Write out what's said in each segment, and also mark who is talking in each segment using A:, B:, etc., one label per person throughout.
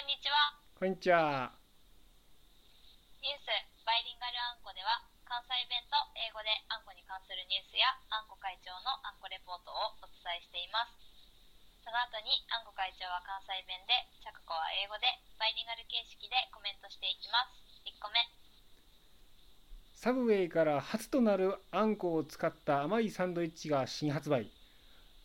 A: んにちは。
B: こんにちは。
A: ニュースバイリンガルあんこでは、関西弁と英語であんこに関するニュースや、あんこ会長のあんこレポートをお伝えしています。その後に、あんこ会長は関西弁で、ちゃくこは英語で、バイリンガル形式でコメントしていきます。1個目、
B: サブウェイから初となるあんこを使った甘いサンドイッチが新発売。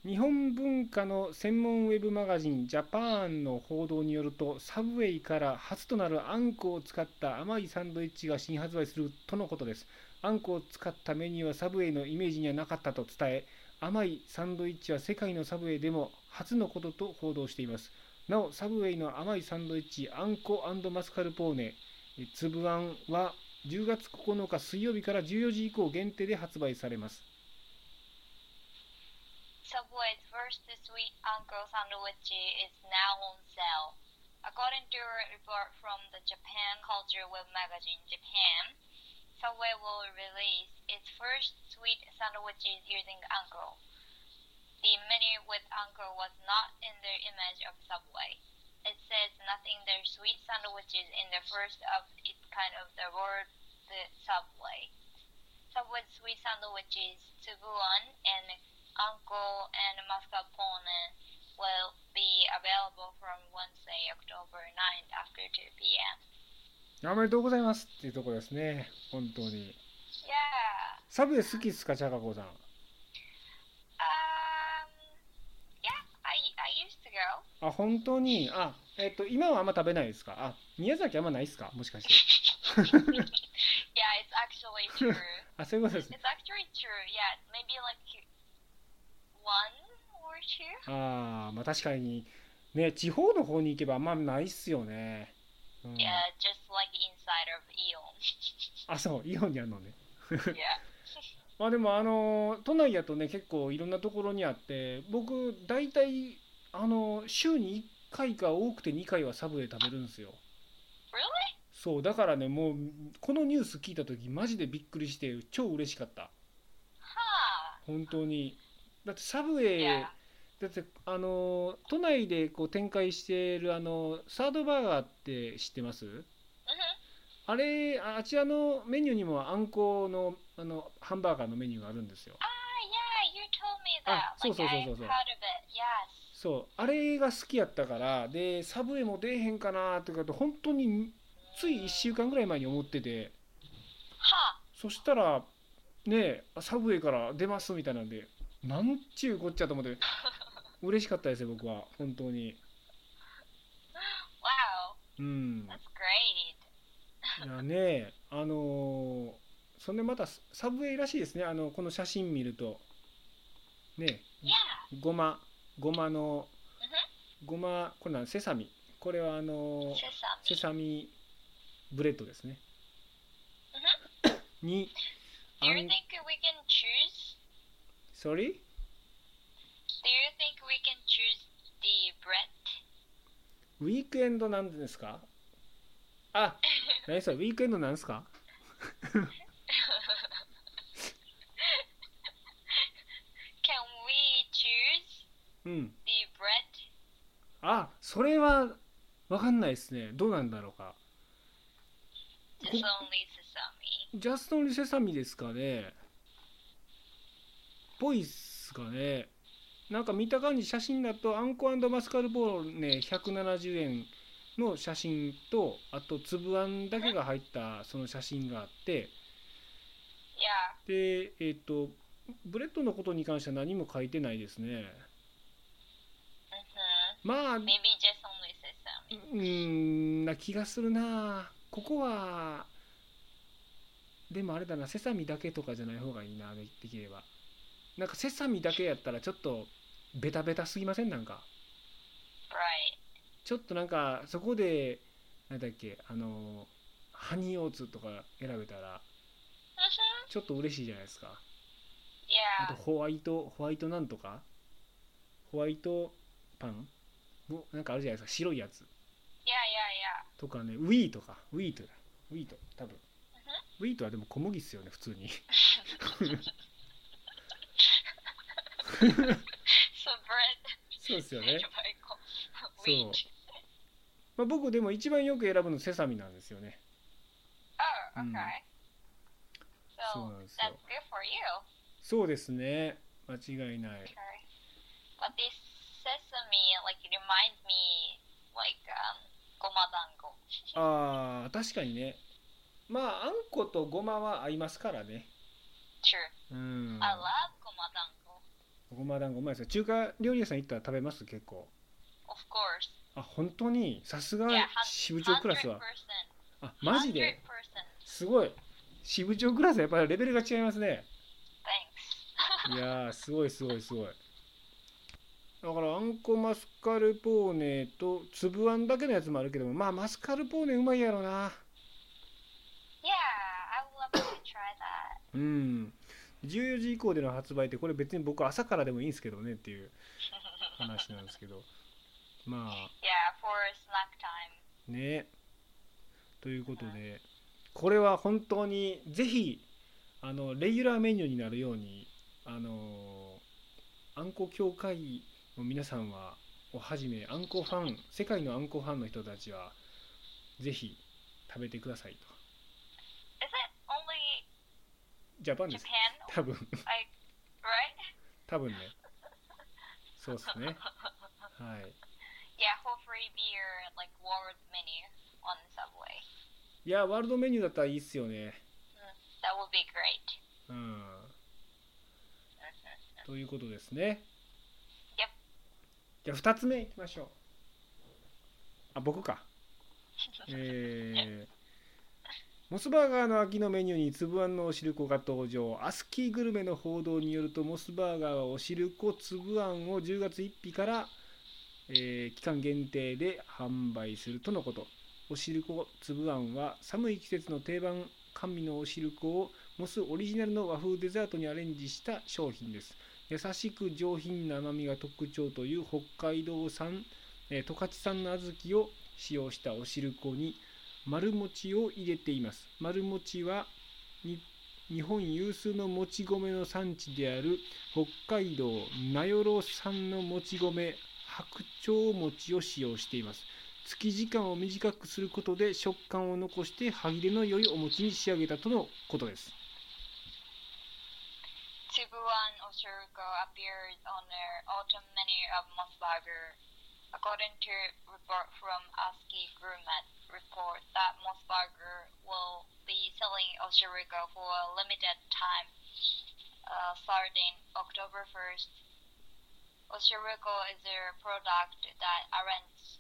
B: 日本文化の専門ウェブマガジンジャパンの報道によると、サブウェイから初となるあんこを使った甘いサンドイッチが新発売するとのことです。あんこを使ったメニューはサブウェイのイメージにはなかったと伝え、甘いサンドイッチは世界のサブウェイでも初のことと報道しています。なお、サブウェイの甘いサンドイッチ、あんこマスカルポーネ、えつぶあんは10月9日水曜日から14時以降限定で発売されます。
A: Subway's first sweet uncle sandwich is now on sale. According to a report from the Japan Culture Web magazine Japan, Subway will release its first sweet sandwiches using uncle. The menu with uncle was not in their image of Subway. It says nothing their sweet sandwiches in the first of its kind of the word the Subway. Subway's sweet sandwiches, Tsubuan and Uncle and Mascarpone will be available from Wednesday, October 9th after 2 p.m.
B: おめでとうございますっていうところですね。本当に。
A: Yeah.
B: サブウェイ好きですか、チャカコさん。
A: Um. Yeah. I I used to go.
B: あ、本当に。あ、えっと、今はあんま食べないですかあ、宮崎あんまないですかもしかして。
A: Yeah, it's actually true.
B: あ、そういうことですね。
A: it's actually true. Yeah, maybe like one or two.
B: あー、まあ確かに、ね、地方の方に行けばあんまないっすよね。うん、
A: Yeah, just like inside of Eon.
B: あ、そう、イオンにあるのね。
A: yeah.
B: まあでもあの都内やとね結構いろんなところにあって僕大体あの週に1回か多くて2回はサブで食べるんですよ
A: Really?
B: そうだからねもうこのニュース聞いた時マジでびっくりして超嬉しかった
A: Huh.
B: 本当にだってサブウェイ
A: Yeah.
B: だってあの都内でこう展開してるあのサードバーガーって知ってます
A: Mhm.
B: あれああちらのメニューにもあんこのあのハンバーガーのメニューがあるんですよ
A: Ah, yeah, you told me
B: Ah,
A: that.
B: so,
A: like,
B: so, so,
A: I'm
B: so, so.
A: proud of it. Yes.
B: そうあれが好きやったからでサブウェイも出えへんかなってかと本当につい1週
A: Mm.
B: 間ぐらい前に思ってて
A: Huh.
B: そしたらねえサブウェイから出ますみたいなんでなんちゅうこっちゃと思って嬉しかったですよ僕は本当に
A: Wow.
B: うん
A: That's great.
B: いやねえあのーそんでまたサブウェイらしいですねあのこの写真見るとね
A: Yeah. mm-hmm.
B: えごまごまの
A: うん
B: ごまこれなんセサミこれはあのー
A: Sesame.
B: セサミブレッドですね。に、
A: Do
B: あ
A: you
B: ん、
A: think we can choose?
B: sorry?
A: Do you think we can choose the bread?
B: ウィークエンドなんですかあ、何それ、ウィークエンドなんですか
A: Can we choose
B: うん。
A: the bread?
B: あ、それは、わかんないですね。どうなんだろうか。
A: Just only sesame.
B: ジャストンリセサミですかねぽいっすかねなんか見た感じ写真だとアンコマスカルボーネ170円の写真とあと粒あんだけが入ったその写真があって
A: Yeah.
B: でえっ、とブレッドのことに関しては何も書いてないですね
A: Mhm.
B: まあ
A: Maybe just only sesame.
B: うーんな気がするなここはでもあれだなセサミだけとかじゃない方がいいなでできればなんかセサミだけやったらちょっとベタベタすぎませんなんか
A: Right.
B: ちょっとなんかそこで何だっけあのハニーオーツとか選べたら
A: Mhm.
B: ちょっと嬉しいじゃないですかあと
A: Yeah.
B: ホワイトホワイトなんとかホワイトパンもなんかあるじゃないですか白いやつ
A: Yeah, yeah, yeah.
B: とかね、ウィーとか、ウィートだ。ウィート、多分。ウィートはでも小麦っすよね、普通 に。
A: So bread.
B: そうですよ
A: made
B: ね。Eh?
A: by co-
B: そう
A: wheat.。
B: まあ、僕でも一番よく選ぶのセサミなんですよね
A: Oh,
B: Mm.
A: okay.
B: そう
A: So
B: なんですよ
A: that's good for you.
B: そうですね間違いない
A: Okay. But this sesame, like, it reminds me, like, um, gomadango.
B: Oh. あー確かにねまああんことごまは合いますからね
A: True.
B: うん
A: I love gomadango.
B: ごま団子うまいですよ中華料理屋さん行ったら食べます結構
A: Of course.
B: あ本当にさすが
A: Yeah,
B: 支部長クラスは
A: percent
B: あマジで
A: ?100%.
B: すごい支部長クラスはやっぱりレベルが違いますね
A: Thanks.
B: いやーすごいすごいすごいだからあんこマスカルポーネと粒あんだけのやつもあるけどもまあマスカルポーネうまいやろな
A: Yeah, I would love to try that.
B: うん14時以降での発売ってこれ別に僕朝からでもいいんですけどねっていう話なんですけどまあ
A: yeah, for snack time.
B: ねということでこれは本当にぜひあのレギュラーメニューになるようにあのあんこ協会の皆さんはをはじめあんこファン世界のあんこファンの人たちはぜひ食べてくださいと
A: Is it only
B: ジャパンです
A: Japan?
B: 多分
A: Like, right?
B: 多分ねそうっすねはい
A: Yeah, for free beer, like, world menu on Subway.
B: いやワールドメニューだったらいいっすよね
A: That would be great. Mm-hmm.
B: うんということですね。
A: やっ
B: じゃあ2つ目いきましょう。あ僕か。えー、モスバーガーの秋のメニューに粒あんのおしるこが登場。アスキーグルメの報道によるとモスバーガーはおしるこ粒あんを10月1日から、えー期間限定で販売するとのこと。おしるこ粒あんは寒い季節の定番甘味のおしるこをモスオリジナルの和風デザートにアレンジした商品です。優しく上品な甘みが特徴という北海道産、えー十勝産の小豆を使用したお汁粉に丸餅を入れています。丸餅はに日本有数のもち米の産地である北海道名寄産のもち米白鳥餅を使用しています。月時間を短くすることで食感を残して歯切れの良いお餅に仕上げたとのことです。
A: Tibuan Osurgo appeared on the autumn menu of Mosbarger. According to report from ASCII Gourmet, report that Mosbarger will be selling Osurgo for a limited time uh, starting October 1st. Osurgo is a product that arranges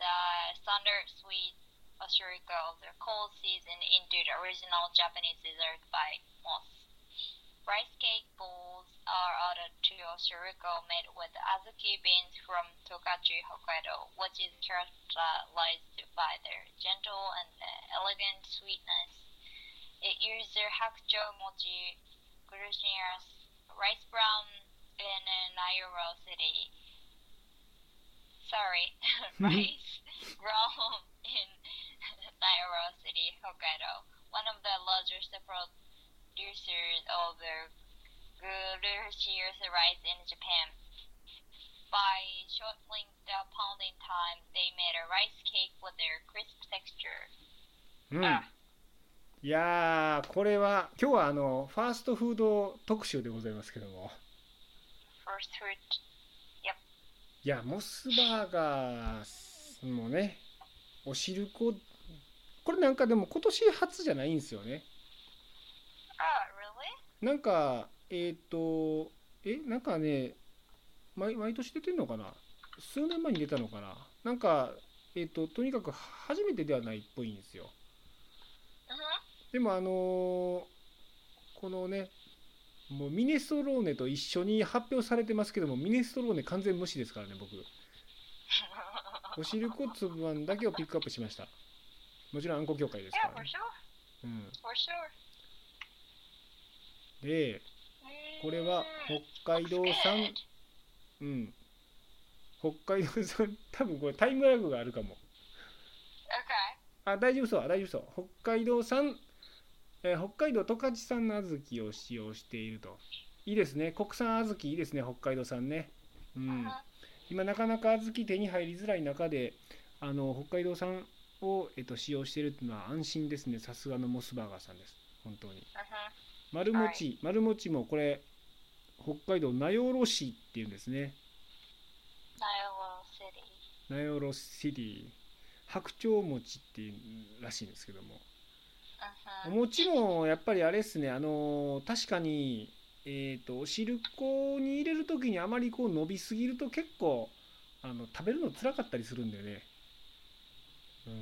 A: the standard sweet Osurgo of the cold season into the original Japanese dessert by Moss. Rice cake balls are ordered to Oshiriko made with azuki beans from Tokachi, Hokkaido, which is characterized by their gentle and uh, elegant sweetness. It uses hakujo mochi, glutinous rice brown in uh, Nairobi City. Sorry, rice grown in Nairobi City, Hokkaido, one of the largest pro- producers of the Gurushir's rice in Japan. By shortening the pounding time, they made a rice cake with their crisp texture.
B: うん
A: あ
B: いやーこれは今日はあのファーストフード特集でございますけども
A: First fruit.
B: いやモスバーガーもねおしるここれなんかでも今年初じゃないんですよね
A: Oh, really?
B: なんかえっ、とえなんかね毎毎年出てんのかな数年前に出たのかななんかえっ、ととにかく初めてではないっぽいんですよ
A: Mm-hmm.
B: でもあのーこのねもうミネストローネと一緒に発表されてますけどもミネストローネ完全無視ですからね僕
A: Mm-hmm.
B: おしるこ粒あんだけをピックアップしましたもちろんあんこ協会です
A: yeah,
B: から
A: for
B: ね、
A: sure.
B: うん、
A: For sure.
B: でこれは
A: Mm,
B: 北海道
A: looks
B: 産
A: good.
B: うん北海道産 多分これタイムラグがあるかも
A: Okay.
B: あ大丈夫そう大丈夫そう北海道産、えー北海道十勝産の小豆を使用しているといいですね国産小豆いいですね北海道産ねうん
A: Uh-huh.
B: 今なかなか小豆手に入りづらい中であの北海道産を、えっと、使用しているというのは安心ですねさすがのモスバーガーさんです本当に
A: Uh-huh.
B: 丸餅、丸餅もこれ北海道名寄市っていうんですね
A: Nairobi City.
B: 名寄シティ白鳥餅っていうらしいんですけども
A: Uh-huh.
B: お餅もやっぱりあれですねあの確かにえっ、とお汁粉に入れる時にあまりこう伸びすぎると結構あの食べるの辛かったりするんだよね
A: Yeah,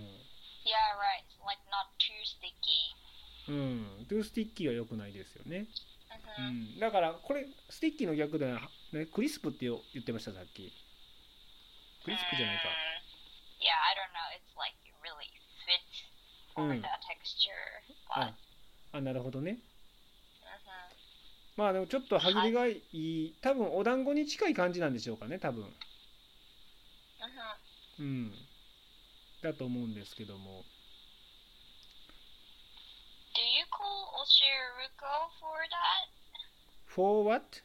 A: right. Like not too sticky.
B: うん、うん、トゥースティッキーは良くないですよね、う
A: Uh-huh.
B: ん、だからこれスティッキーの逆だな、ね、クリスプって言ってましたさっきクリスプじゃないか
A: Mm, yeah, I don't know. It's like it really fits over
B: Mm. Oh.
A: the texture. But,
B: あなるほどね
A: uh-huh.
B: まあでもちょっと歯切れがいい多分お団子に近い感じなんでしょうかね多分
A: Uh-huh.
B: うん、だと思うんですけども
A: Do you call Oshiruko for that?
B: For what?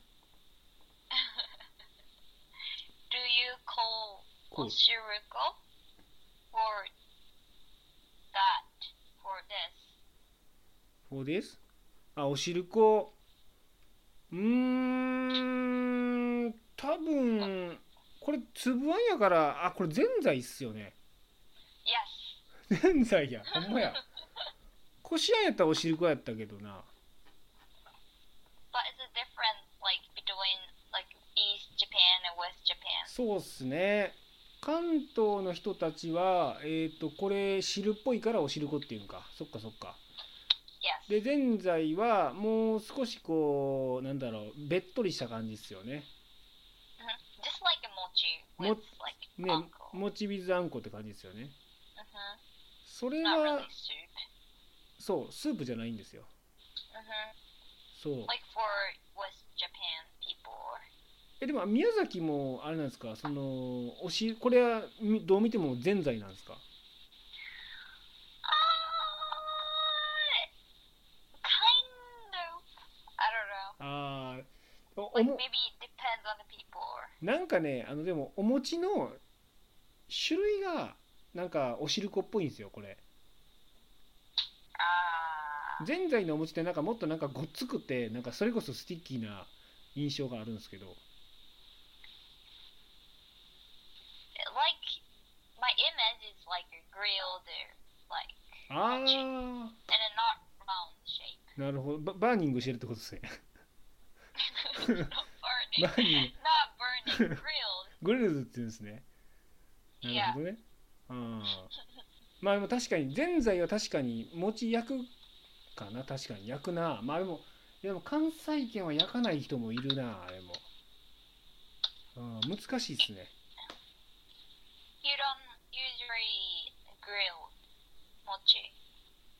A: Do you call
B: Cool.
A: Oshiruko for that? For this?
B: For this? あおしるこうーん多分これつぶあんやからあこれぜんざいっすよね
A: Yes.
B: ぜんざいやほんまやこしあんやったらおしるこやったけどな
A: But it's a different like between like East Japan and West Japan.
B: そうっすね関東の人たちはえっ、とこれ汁っぽいからおしるこっていうんかそっかそっか
A: Yes.
B: でぜんざいはもう少しこうなんだろうべっとりした感じですよね
A: Mhm. Just like a mochi with like
B: ね
A: uncle.
B: もちびずあんこって感じですよね
A: Mhm.
B: それ
A: Not
B: は
A: really soup.
B: そうスープじゃないんですよ
A: Mhm.
B: そう
A: Like for West Japan people.
B: えでも宮崎もあれなんですかそのおしこれはみどう見てもぜんざいなんですか
A: Uh, kind of. I don't know.
B: あーおお
A: Like
B: も
A: maybe it depends on the people.
B: なんかねあのでもお餅の種類がなんかおしるこっぽいんですよこれ
A: Ah.
B: ぜんざいのお餅ってなんかもっとなんかごっつくてなんかそれこそスティッキーな印象があるんですけど
A: Like my image is like a grilled like
B: あ
A: mochi
B: あ
A: and a not round shape.
B: なるほどババーニングしてるってことですね
A: not burning.
B: バーニング
A: Not burning. Grilled.
B: グリルズって言うんですね。なる
A: Yeah.
B: ほどね。うん。まあでも確かに、ぜんざいは確かに、餅焼くかな、確かに焼くな。まあでも、いやでも関西圏は焼かない人もいるな、あれも。うん、難しいですね。
A: You don't usually grill mochi.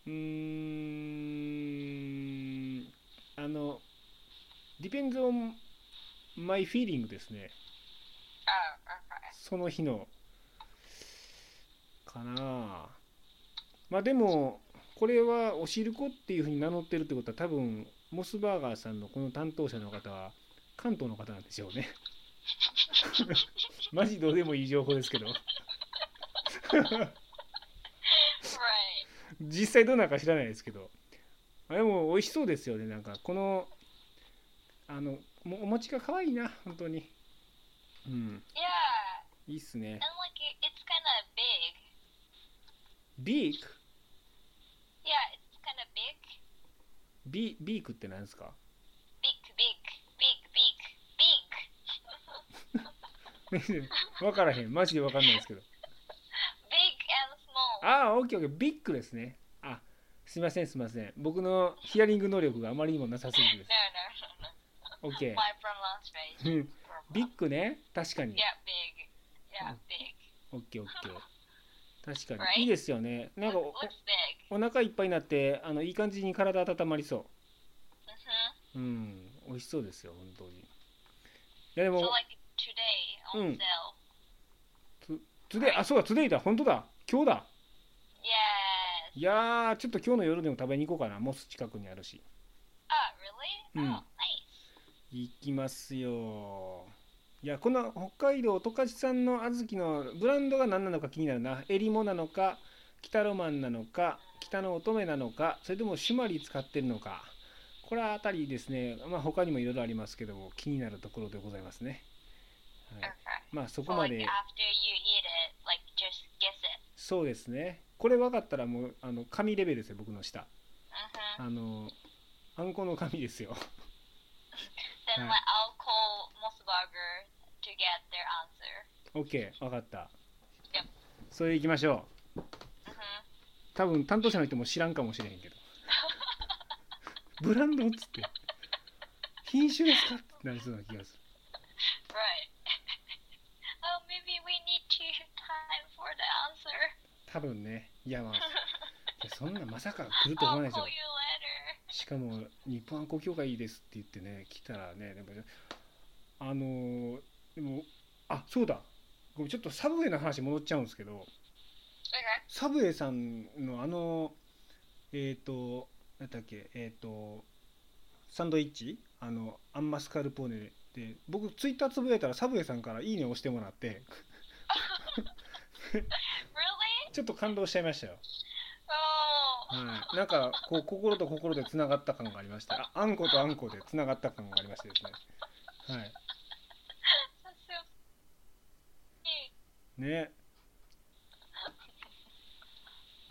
B: うーん、あの、depends on my feeling です
A: Oh,
B: ね。
A: okay.
B: その日のかなあまあでもこれはおしるこっていうふうに名乗ってるってことは多分モスバーガーさんのこの担当者の方は関東の方なんでしょうね マジどうでもいい情報ですけど
A: Right.
B: 実際どうなのか知らないですけどあでも美味しそうですよねなんかこのあのもお餅が可愛いな本当にうん
A: Yeah.
B: いいっすね
A: And like it, it's kind of big.
B: ビーク
A: Yeah, it's kind of big.
B: ビビークって何ですか
A: Big, big, big, big, big.
B: 分からへんマジで分かんないですけど
A: Big and small.
B: ああオッケーオッケービッグですねあすいませんすいません僕のヒアリング能力があまりにもなさすぎてです
A: No, no, no, no.
B: オッケ
A: My pronunciation.
B: ーうん
A: problem.
B: ビッグね確かに
A: Yeah, big. Yeah, big.
B: オッケーオッケー確か
A: Right?
B: にいいですよねなんかお
A: Looks big.
B: おお腹いっぱいになってあのいい感じに体温まりそ
A: Mm-hmm.
B: ううん美味しそうですよ本当にいやで
A: So
B: も
A: like today on
B: Mm.
A: sale.
B: トゥデイあそうだトゥデイだ本当だ今日だ
A: Yes.
B: いやーちょっと今日の夜でも食べに行こうかなモス近くにあるし
A: Oh, really?
B: Mm.
A: Oh, nice.
B: 行きますよいやこの北海道十勝産の小豆のブランドが何なのか気になるなえりもなのか北ロマンなのか北の乙女なのかそれともシュマリ使ってるのかこれはあたりですねまあ他にもいろいろありますけども気になるところでございますね、はい
A: Okay.
B: まあそ
A: So
B: こま
A: like
B: で
A: after you eat it, like just guess it.
B: そうですねこれ分かったらもうあの紙レベルですよ僕の下
A: Mm-hmm.
B: あのあんこの紙ですよ
A: Then
B: Alright.
A: like I'll call Mosburger to get their answer.
B: OK 分かった
A: や
B: それでいきましょ
A: Mm-hmm.
B: う多分担当者の人も知らんかもしれへんけどブランドっつって品種ですかってなりそうな気がする
A: Right. oh, maybe we need to have time for the answer.
B: 多分ねいやまあいやそんなまさか来ると思わ
A: I'll
B: ないですよ
A: call you later.
B: しかも日本あんこ協会いいですって言ってね来たらねでもあのーでもあそうだごめんちょっとサブウェイの話戻っちゃうんですけど
A: Okay.
B: サブウェイさんのあのえっ、となんだっけえっ、とサンドイッチあのアンマスカルポーネで僕ツイッターつぶやいたらサブウェイさんから「いいね」を押してもらって
A: Really?
B: ちょっと感動しちゃいましたよ、
A: Oh.
B: はい、なんかこう心と心でつながった感がありましたああんことあんこでつながった感がありましてですねはい
A: That's so cute.
B: ね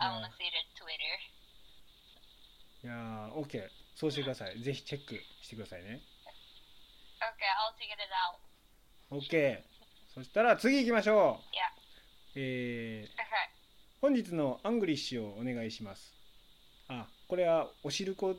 A: I want to see the Twitter.
B: いやー、OK。そうしてください。ぜひチェックしてくださいね。
A: Okay, I'll figure it out.
B: OK。そしたら次行きましょう。
A: いや
B: えー
A: Okay.
B: 本日のアングリッシュをお願いします。あ、これはおしるこ。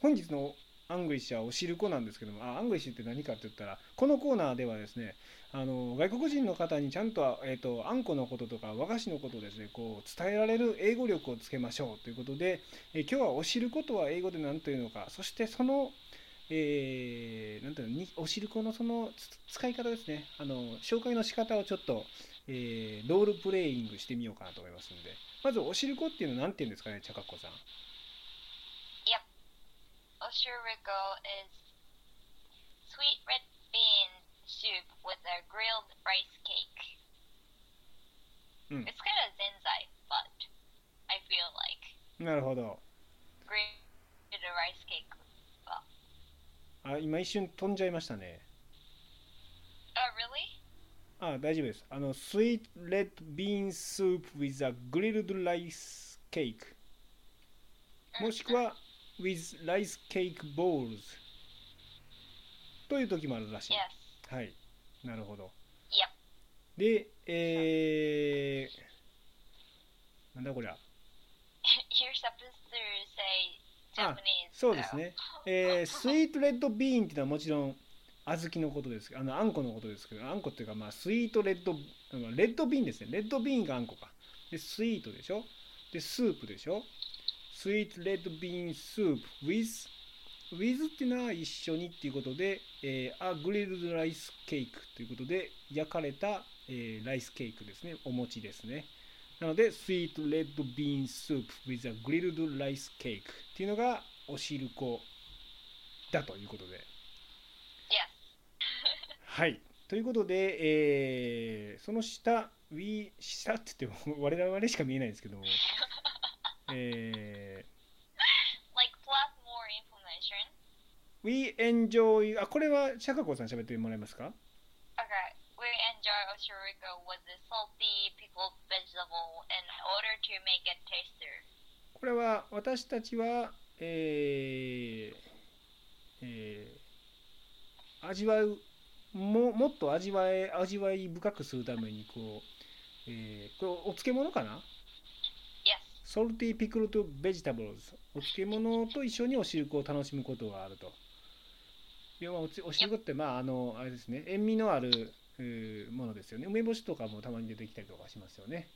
B: 本日のアングリッシュはおしるこなんですけども、あ、アングリッシュって何かって言ったら、このコーナーではですね、あの外国人の方にちゃんと,、えー、とあんこのこととか和菓子のことをですねこう伝えられる英語力をつけましょうということで、えー今日はおしることは英語で何というのかそしてその、えーなんていうのにおしるこのそのつ使い方ですねあの紹介の仕方をちょっと、えーロールプレイングしてみようかなと思いますのでまずおしるこっていうのは何て言うんですかねちゃかっこさん
A: Oshiriko is sweet red bean soup with a grilled rice cake.
B: Mm.
A: It's kind of zinzai, but I feel like
B: なるほど
A: grilled rice cake.
B: あ今一瞬飛んじゃいましたね
A: Oh, really?
B: あ大丈夫です。あの、Sweet Red Bean Soup with a Grilled Rice Cake もしくは With Rice Cake Balls という時もあるらしい。
A: Yes.
B: はい。なるほど。
A: Yep.
B: で、えー、なんだこりゃ。
A: You're supposed to say
B: Ah,
A: Japanese.
B: そうですね。えー、スイートレッドビーンっていうのはもちろん小豆のことですけどあのあんこのことですけどあんこっていうかまあスイートレッドうんレッドビーンですねレッドビーンがあんこかでスイートでしょでスープでしょスイートレッドビーンスープ with with っていうのは一緒にっていうことで、えー、あグリルドライスケークということで焼かれた、えーライスケークですねお餅ですねなので、スイートレッドビーンスープ with a grilled rice cake っていうのがおしるこだということで。
A: Yes.
B: はい。ということで、えーその下、we 下って言っても我々しか見えないんですけ ども、え
A: Like plus more information.
B: ー we enjoy あこれは釈迦子さん喋ってもらえますか
A: Okay, we enjoy oshiriko with the salty pickled vegetable in order to make it tastier.
B: これは私たちは、えーえー味わうももっと味わえ味わい深くするためにこう、えーこれお漬物かな
A: Yes.
B: ソルティピクルトベジタブルズお漬物と一緒にお汁粉を楽しむことがあると要はおつお汁粉ってまああのあれですね塩味のあるうーものですよね梅干しとかもたまに出てきたりとかしますよね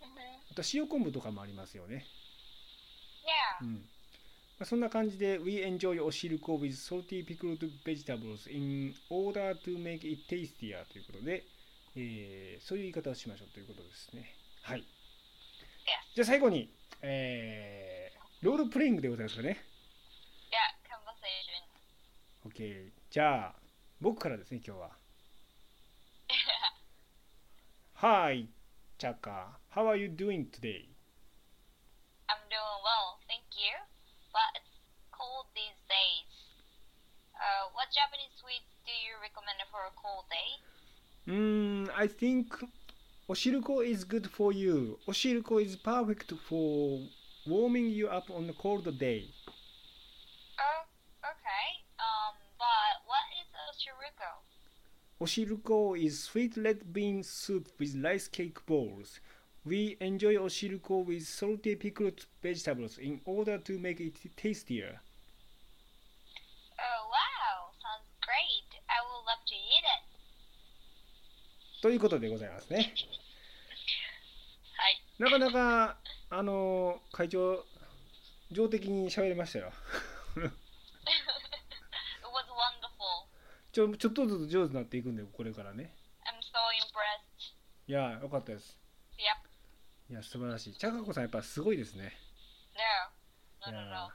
A: Mm-hmm.
B: あと塩昆布とかもありますよね
A: Yeah.
B: うんまあ、そんな感じで We enjoy おしるこ with salty pickled vegetables in order to make it tastier ということで、えーそういう言い方をしましょうということですね。はい。
A: Yes.
B: じゃあ最後に、えーロールプレイングでございますかね。
A: Yeah. Conversation.
B: OK。じゃあ僕からですね、今日は。 Hi, Chaka. How are you doing today?
A: I'm doing well, thank you. But it's cold these days. Uh, what Japanese sweets do you recommend for a cold day?
B: Mm, I think Oshiruko is good for you. Oshiruko is perfect for warming you up on a cold day.
A: Oh, okay. Um, but what is a shiruko?
B: Oshiruko is sweet red bean soup with rice cake balls. We enjoy oshiruko with salty pickled vegetables in order to make it tastier.
A: Oh, wow, sounds great. I would love to eat it.
B: ということでございますね。
A: はい。
B: なかなか、あの会長、情的に喋りましたよ。
A: it was wonderful.
B: ちょちょっとずつ上手になっていくんで、これからね。
A: I'm so impressed.
B: いやー、よかったです。
A: Yep.
B: いや、素晴らしい。ちゃかこさん、やっぱすごいですね。
A: No. No,
B: い
A: no,
B: や
A: no.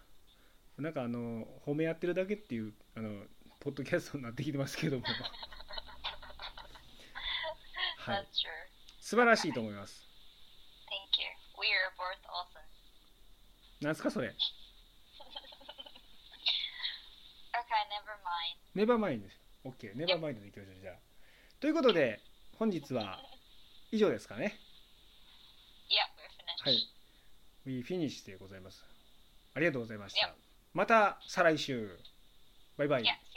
B: ーなんか、あの褒め合ってるだけっていう、あのポッドキャストになってきてますけども。はい、
A: That's true.
B: 素晴らしいと思います。
A: Thank you. We are both awesome.
B: なんすか、それ。
A: Okay, never mind.
B: ネバーマインドです。OK、ネバーマインドでいきましょう、じゃあ。ということで、本日は以上ですかね。
A: Yep, we're finished.
B: はい。We finish でございます。ありがとうございました
A: Yep.。
B: また再来週。バイバイ。
A: Yes.